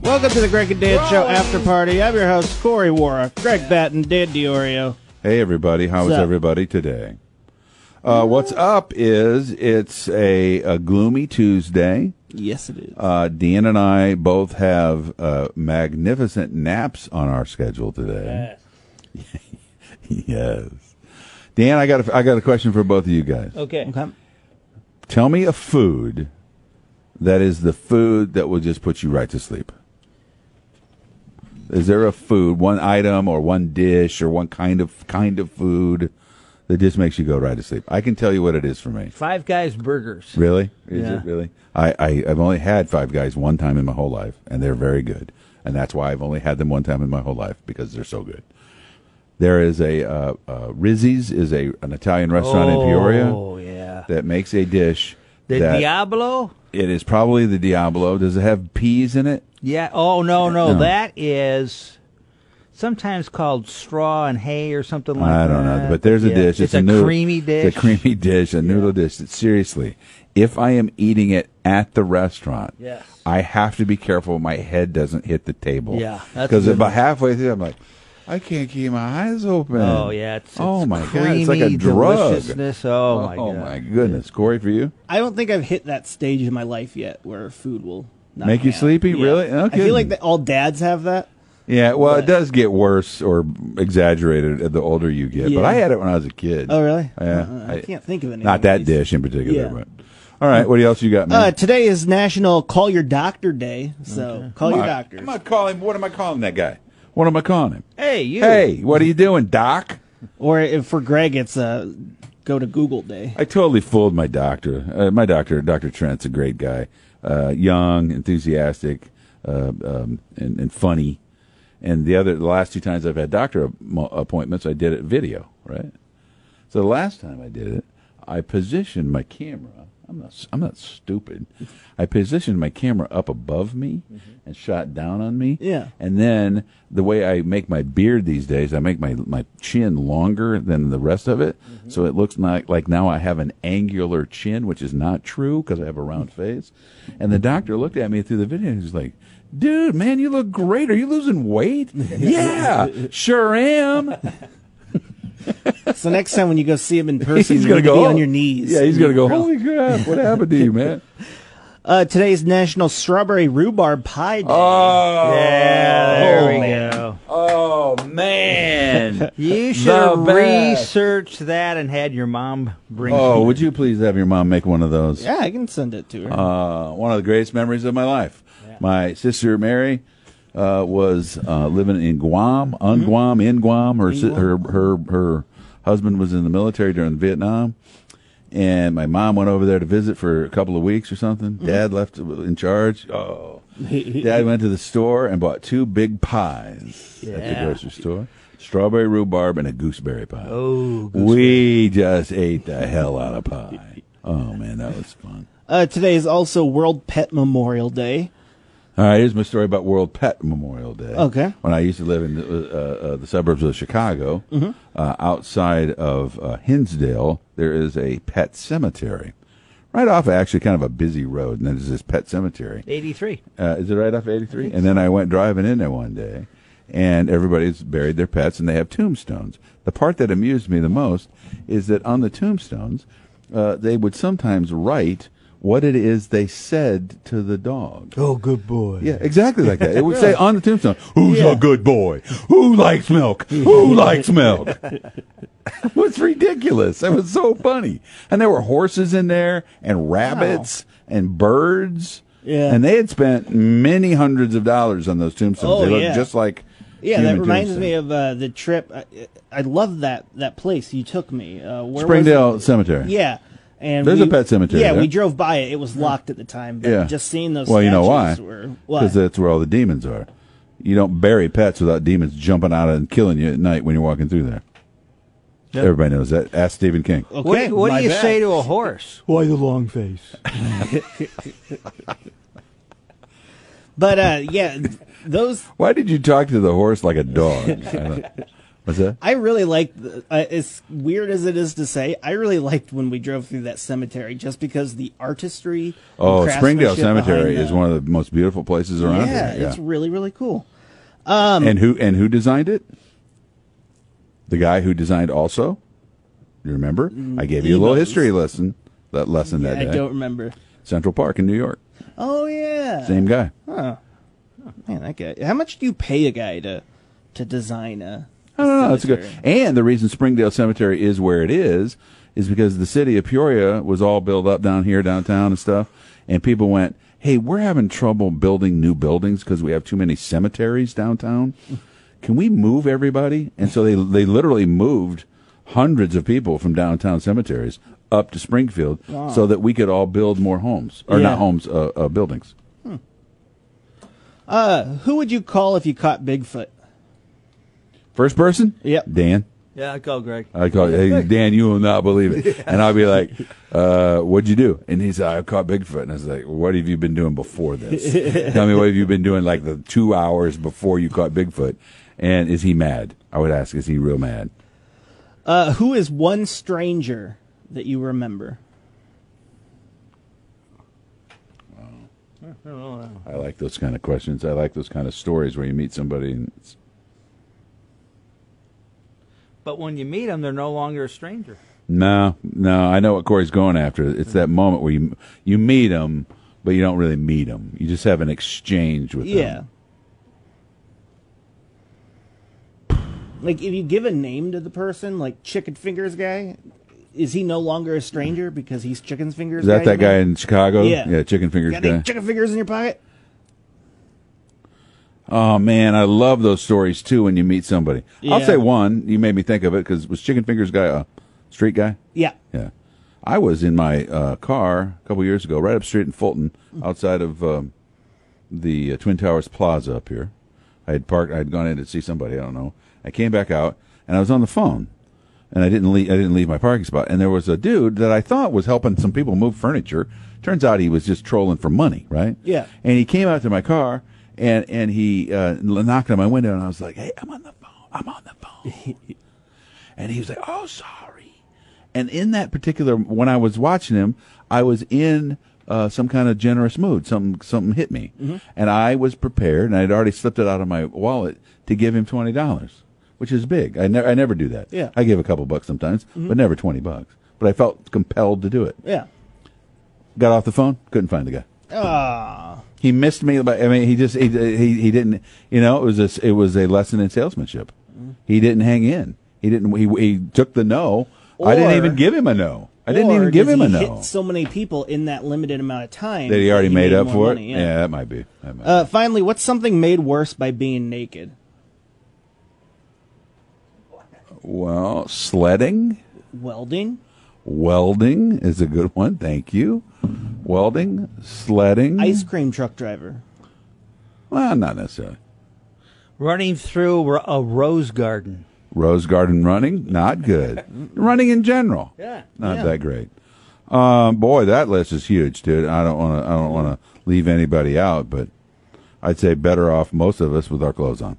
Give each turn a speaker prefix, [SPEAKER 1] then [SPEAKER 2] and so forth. [SPEAKER 1] Welcome to the Greg and Dan Show After Party. I'm your host, Corey Wara, Greg Batten, Dan DiOrio.
[SPEAKER 2] Hey everybody, how is
[SPEAKER 1] What's up?
[SPEAKER 2] everybody today? Uh, what's up is it's a, a gloomy Tuesday.
[SPEAKER 1] Yes, it is.
[SPEAKER 2] Uh, Dean and I both have uh, magnificent naps on our schedule today. yes, Dan, I got a, I got a question for both of you guys.
[SPEAKER 3] Okay.
[SPEAKER 1] Okay.
[SPEAKER 2] Tell me a food that is the food that will just put you right to sleep. Is there a food, one item or one dish or one kind of kind of food that just makes you go right to sleep? I can tell you what it is for me.
[SPEAKER 3] Five Guys burgers.
[SPEAKER 2] Really? Is
[SPEAKER 3] Yeah.
[SPEAKER 2] it really? I, I I've only had five guys one time in my whole life, and they're very good, and that's why I've only had them one time in my whole life because they're so good. There is a uh, uh, Rizzi's is a an Italian restaurant in Peoria
[SPEAKER 3] Oh yeah.
[SPEAKER 2] that makes a dish
[SPEAKER 3] The
[SPEAKER 2] that
[SPEAKER 3] Diablo.
[SPEAKER 2] it is probably the Diablo. Does it have peas in it?
[SPEAKER 3] Yeah. Oh no, no,
[SPEAKER 2] No.
[SPEAKER 3] that is sometimes called straw and hay or something like that.
[SPEAKER 2] I don't know, but there's a
[SPEAKER 3] Yeah.
[SPEAKER 2] dish.
[SPEAKER 3] It's, a,
[SPEAKER 2] noodle-
[SPEAKER 3] creamy dish.
[SPEAKER 2] It's a creamy dish, a noodle dish. That, seriously, if I am eating it at the restaurant,
[SPEAKER 3] Yes.
[SPEAKER 2] I have to be careful my head doesn't hit the table.
[SPEAKER 3] Yeah, that's
[SPEAKER 2] because
[SPEAKER 3] a good
[SPEAKER 2] about
[SPEAKER 3] one.
[SPEAKER 2] halfway through, I'm like, I can't keep my eyes open.
[SPEAKER 3] Oh yeah. It's, it's
[SPEAKER 2] oh my
[SPEAKER 3] creamy,
[SPEAKER 2] god, it's like a drug.
[SPEAKER 3] Deliciousness. Oh, my
[SPEAKER 2] oh
[SPEAKER 3] god.
[SPEAKER 2] my goodness, Corey, for you,
[SPEAKER 1] I don't think I've hit that stage in my life yet where food will not
[SPEAKER 2] Make you
[SPEAKER 1] have-
[SPEAKER 2] sleepy? Really? No
[SPEAKER 1] I feel
[SPEAKER 2] kidding.
[SPEAKER 1] like that all dads have that.
[SPEAKER 2] yeah. Well, it
[SPEAKER 1] But-
[SPEAKER 2] does get worse or exaggerated the older you get. But
[SPEAKER 1] Yeah.
[SPEAKER 2] I had it when I was a kid.
[SPEAKER 1] Oh, really?
[SPEAKER 2] Yeah,
[SPEAKER 3] Uh-huh.
[SPEAKER 1] Uh-uh, I, can't think of anything.
[SPEAKER 2] Not that
[SPEAKER 1] these-
[SPEAKER 2] dish in particular,
[SPEAKER 1] Yeah.
[SPEAKER 2] but all right. What else you got, man?
[SPEAKER 1] Uh, today is National Call Your Doctor Day, so call your
[SPEAKER 2] I-
[SPEAKER 1] doctor.
[SPEAKER 2] I'm not calling. What am I calling that guy? What am I calling him?
[SPEAKER 3] Hey you.
[SPEAKER 2] Hey, what are you doing, Doc?
[SPEAKER 1] Or if for Greg, it's uh, Go to Google Day.
[SPEAKER 2] I totally fooled my doctor. Uh, my doctor, Doctor Trent's a great guy, uh, young, enthusiastic, uh, um, and, and funny. And the other, the last two times I've had doctor ap- mo- appointments, I did it video, right? So the last time I did it, I positioned my camera. I'm not. s- I'm not stupid. I positioned my camera up above me and shot down on me.
[SPEAKER 1] Yeah.
[SPEAKER 2] And then the way I make my beard these days, I make my my chin longer than the rest of it, so it looks like like now I have an angular chin, which is not true because I have a round face. And the doctor looked at me through the video and he's like. Dude, man, you look great. Are you losing weight? yeah, sure am.
[SPEAKER 1] So next time when you go see him in person,
[SPEAKER 2] he's
[SPEAKER 1] you're going
[SPEAKER 2] gonna
[SPEAKER 1] to
[SPEAKER 2] go
[SPEAKER 1] be
[SPEAKER 2] "Oh."
[SPEAKER 1] on your knees.
[SPEAKER 2] Yeah, he's gonna go. Holy crap! What happened to you, man?
[SPEAKER 1] Uh, today's National Strawberry Rhubarb Pie Day.
[SPEAKER 2] Oh,
[SPEAKER 3] Yeah, there we
[SPEAKER 1] man.
[SPEAKER 3] go.
[SPEAKER 2] Oh man.
[SPEAKER 3] You should
[SPEAKER 2] The
[SPEAKER 3] have
[SPEAKER 2] best.
[SPEAKER 3] researched that and had your mom bring.
[SPEAKER 2] oh, would you please have your mom make one of those?
[SPEAKER 1] yeah, I can send it to her.
[SPEAKER 2] Uh, one of the greatest memories of my life. My sister Mary uh, was uh, living in Guam, on Guam, in Guam. Her, si- her her her husband was in the military during Vietnam, and my mom went over there to visit for a couple of weeks or something. Dad left in charge. Oh, Dad went to the store and bought two big pies at the
[SPEAKER 3] Yeah.
[SPEAKER 2] grocery store. Strawberry rhubarb and a gooseberry pie.
[SPEAKER 3] Oh,
[SPEAKER 2] we just ate the hell out of pie. Oh man, that was fun.
[SPEAKER 1] Uh, today is also World Pet Memorial Day.
[SPEAKER 2] All right, here's my story about World Pet Memorial Day.
[SPEAKER 1] Okay.
[SPEAKER 2] When I used to live in the, uh, uh, the suburbs of Chicago, uh, outside of uh, Hinsdale, there is a pet cemetery. Right off, actually, kind of a busy road, and then there's this pet cemetery.
[SPEAKER 3] Eighty-three.
[SPEAKER 2] Uh, is it right off 83? And then I went driving in there one day, and everybody's buried their pets, and they have tombstones. The part that amused me the most is that on the tombstones, uh, they would sometimes write what it is they said to the dog.
[SPEAKER 3] Oh, good boy.
[SPEAKER 2] Yeah, exactly like that. It would say on the tombstone, "Who's a good boy? Who likes milk? Who likes milk?" it was ridiculous. It was so funny, and there were horses in there, and rabbits, and birds.
[SPEAKER 1] Yeah.
[SPEAKER 2] and they had spent many hundreds of dollars on those tombstones.
[SPEAKER 1] Oh,
[SPEAKER 2] they looked
[SPEAKER 1] yeah.
[SPEAKER 2] just like
[SPEAKER 1] Yeah, that
[SPEAKER 2] human
[SPEAKER 1] reminds me
[SPEAKER 2] tombstones.
[SPEAKER 1] of uh, the trip. I, I love that that place you took me. Uh, where was
[SPEAKER 2] Springdale
[SPEAKER 1] it?
[SPEAKER 2] Cemetery.
[SPEAKER 1] Yeah, and
[SPEAKER 2] There's
[SPEAKER 1] we-
[SPEAKER 2] a pet cemetery
[SPEAKER 1] Yeah,
[SPEAKER 2] there.
[SPEAKER 1] we drove by it. It was locked at the time. But
[SPEAKER 2] Yeah.
[SPEAKER 1] just seeing those.
[SPEAKER 2] Well, you know why?
[SPEAKER 1] statues Were, why?
[SPEAKER 2] because that's where all the demons are. You don't bury pets without demons jumping out and killing you at night when you're walking through there.
[SPEAKER 3] Yep.
[SPEAKER 2] Everybody knows that. Ask Stephen King.
[SPEAKER 1] okay,
[SPEAKER 3] What, what
[SPEAKER 1] my
[SPEAKER 3] do you
[SPEAKER 1] bad.
[SPEAKER 3] say to a horse?
[SPEAKER 4] Why the long face?
[SPEAKER 1] But uh, yeah, those uh,
[SPEAKER 2] Why did you talk to the horse like a dog? I don't- What's that?
[SPEAKER 1] I really liked, the- uh, as weird as it is to say, I really liked when we drove through that cemetery just because the artistry.
[SPEAKER 2] Oh,
[SPEAKER 1] and
[SPEAKER 2] Springdale
[SPEAKER 1] craftsmanship behind
[SPEAKER 2] Cemetery
[SPEAKER 1] the-
[SPEAKER 2] is one of the most beautiful places around.
[SPEAKER 1] Yeah,
[SPEAKER 2] here.
[SPEAKER 1] it's really, really cool.
[SPEAKER 2] and who and who designed it? The guy who designed also. You remember? I gave you a little
[SPEAKER 1] Enos.
[SPEAKER 2] history lesson. That lesson
[SPEAKER 1] I
[SPEAKER 2] that day.
[SPEAKER 1] don't remember.
[SPEAKER 2] Central Park in New York.
[SPEAKER 1] Oh, yeah.
[SPEAKER 2] Same guy.
[SPEAKER 1] Man, that guy. How much do you pay a guy to to design a?
[SPEAKER 2] I don't know. That's good. And the reason Springdale Cemetery is where it is is because the city of Peoria was all built up down here downtown and stuff, and people went, "Hey, we're having trouble building new buildings because we have too many cemeteries downtown. Can we move everybody?" And so they they literally moved hundreds of people from downtown cemeteries up to Springfield so that we could all build more homes or
[SPEAKER 1] Yeah.
[SPEAKER 2] not homes, uh, uh, buildings.
[SPEAKER 1] Who would you call if you caught Bigfoot?
[SPEAKER 2] First person?
[SPEAKER 1] Yep.
[SPEAKER 2] Dan.
[SPEAKER 3] Yeah, I call Greg.
[SPEAKER 2] I call hey, Dan, you will not believe it. And I'll be like, uh, what'd you do? And he's like, I caught Bigfoot. And I was like, what have you been doing before this? Tell me what have you been doing like the two hours before you caught Bigfoot? And is he mad? I would ask, is he real mad?
[SPEAKER 1] Uh, who is one stranger that you remember?
[SPEAKER 2] I like those kind of questions. I like those kind of stories where you meet somebody and it's,
[SPEAKER 3] But when you meet them, they're no longer a stranger.
[SPEAKER 2] no, no, I know what Corey's going after. It's that moment where you, you meet him, but you don't really meet him. You just have an exchange with them.
[SPEAKER 1] Yeah. Like, if you give a name to the person, like Chicken Fingers guy, is he no longer a stranger because he's Chicken Fingers?
[SPEAKER 2] Is that that guy in Chicago?
[SPEAKER 1] Yeah.
[SPEAKER 2] Yeah, chicken fingers
[SPEAKER 1] Got
[SPEAKER 2] guy.
[SPEAKER 1] any chicken fingers in your pocket?
[SPEAKER 2] Oh man, I love those stories too. When you meet somebody, I'll
[SPEAKER 1] Yeah.
[SPEAKER 2] say one. You made me think of it because was Chicken Fingers guy a street guy?
[SPEAKER 1] Yeah.
[SPEAKER 2] Yeah, I was in my uh, car a couple years ago, right up street in Fulton, outside of um, the uh, Twin Towers Plaza up here. I had parked. I had gone in to see somebody. I don't know. I came back out and I was on the phone, and I didn't leave. I didn't leave my parking spot. And there was a dude that I thought was helping some people move furniture. Turns out he was just trolling for money, right?
[SPEAKER 1] Yeah.
[SPEAKER 2] And he came out to my car and and he uh, knocked on my window, and I was like, "Hey, I'm on the phone. I'm on the phone." and he was like, "Oh, sorry." And in that particular, when I was watching him, I was in uh, some kind of generous mood. Something something hit me, and I was prepared, and I had already slipped it out of my wallet to give him twenty dollars, which is big. I never I never do that.
[SPEAKER 1] Yeah.
[SPEAKER 2] I give a couple bucks sometimes, but never twenty bucks. But I felt compelled to do it.
[SPEAKER 1] Yeah.
[SPEAKER 2] Got off the phone, couldn't find the guy.
[SPEAKER 1] Ah.
[SPEAKER 2] He missed me, but I mean, he just he he, he didn't. You know, it was a, it was a lesson in salesmanship. He didn't hang in. He didn't. He, he took the no. I didn't
[SPEAKER 1] Or-
[SPEAKER 2] even give him a no. I didn't
[SPEAKER 1] Or
[SPEAKER 2] even give
[SPEAKER 1] does
[SPEAKER 2] him
[SPEAKER 1] he
[SPEAKER 2] a no
[SPEAKER 1] Hit so many people in that limited amount of time
[SPEAKER 2] that he already made, up
[SPEAKER 1] more
[SPEAKER 2] for
[SPEAKER 1] money,
[SPEAKER 2] it. Yeah. that might be. That might
[SPEAKER 1] Uh, finally, what's something made worse by being naked?
[SPEAKER 2] be. Well, sledding,
[SPEAKER 1] Welding.
[SPEAKER 2] welding is a good one. Thank you. Welding, sledding.
[SPEAKER 1] Ice cream truck driver.
[SPEAKER 2] Well, not necessarily.
[SPEAKER 3] Running through ro- a rose garden.
[SPEAKER 2] Rose garden running, not good. running in general,
[SPEAKER 3] Yeah.
[SPEAKER 2] not
[SPEAKER 1] Yeah.
[SPEAKER 2] that great. Um, boy, that list is huge, dude. I don't want to. I don't want to leave anybody out, but I'd say better off most of us with our clothes on.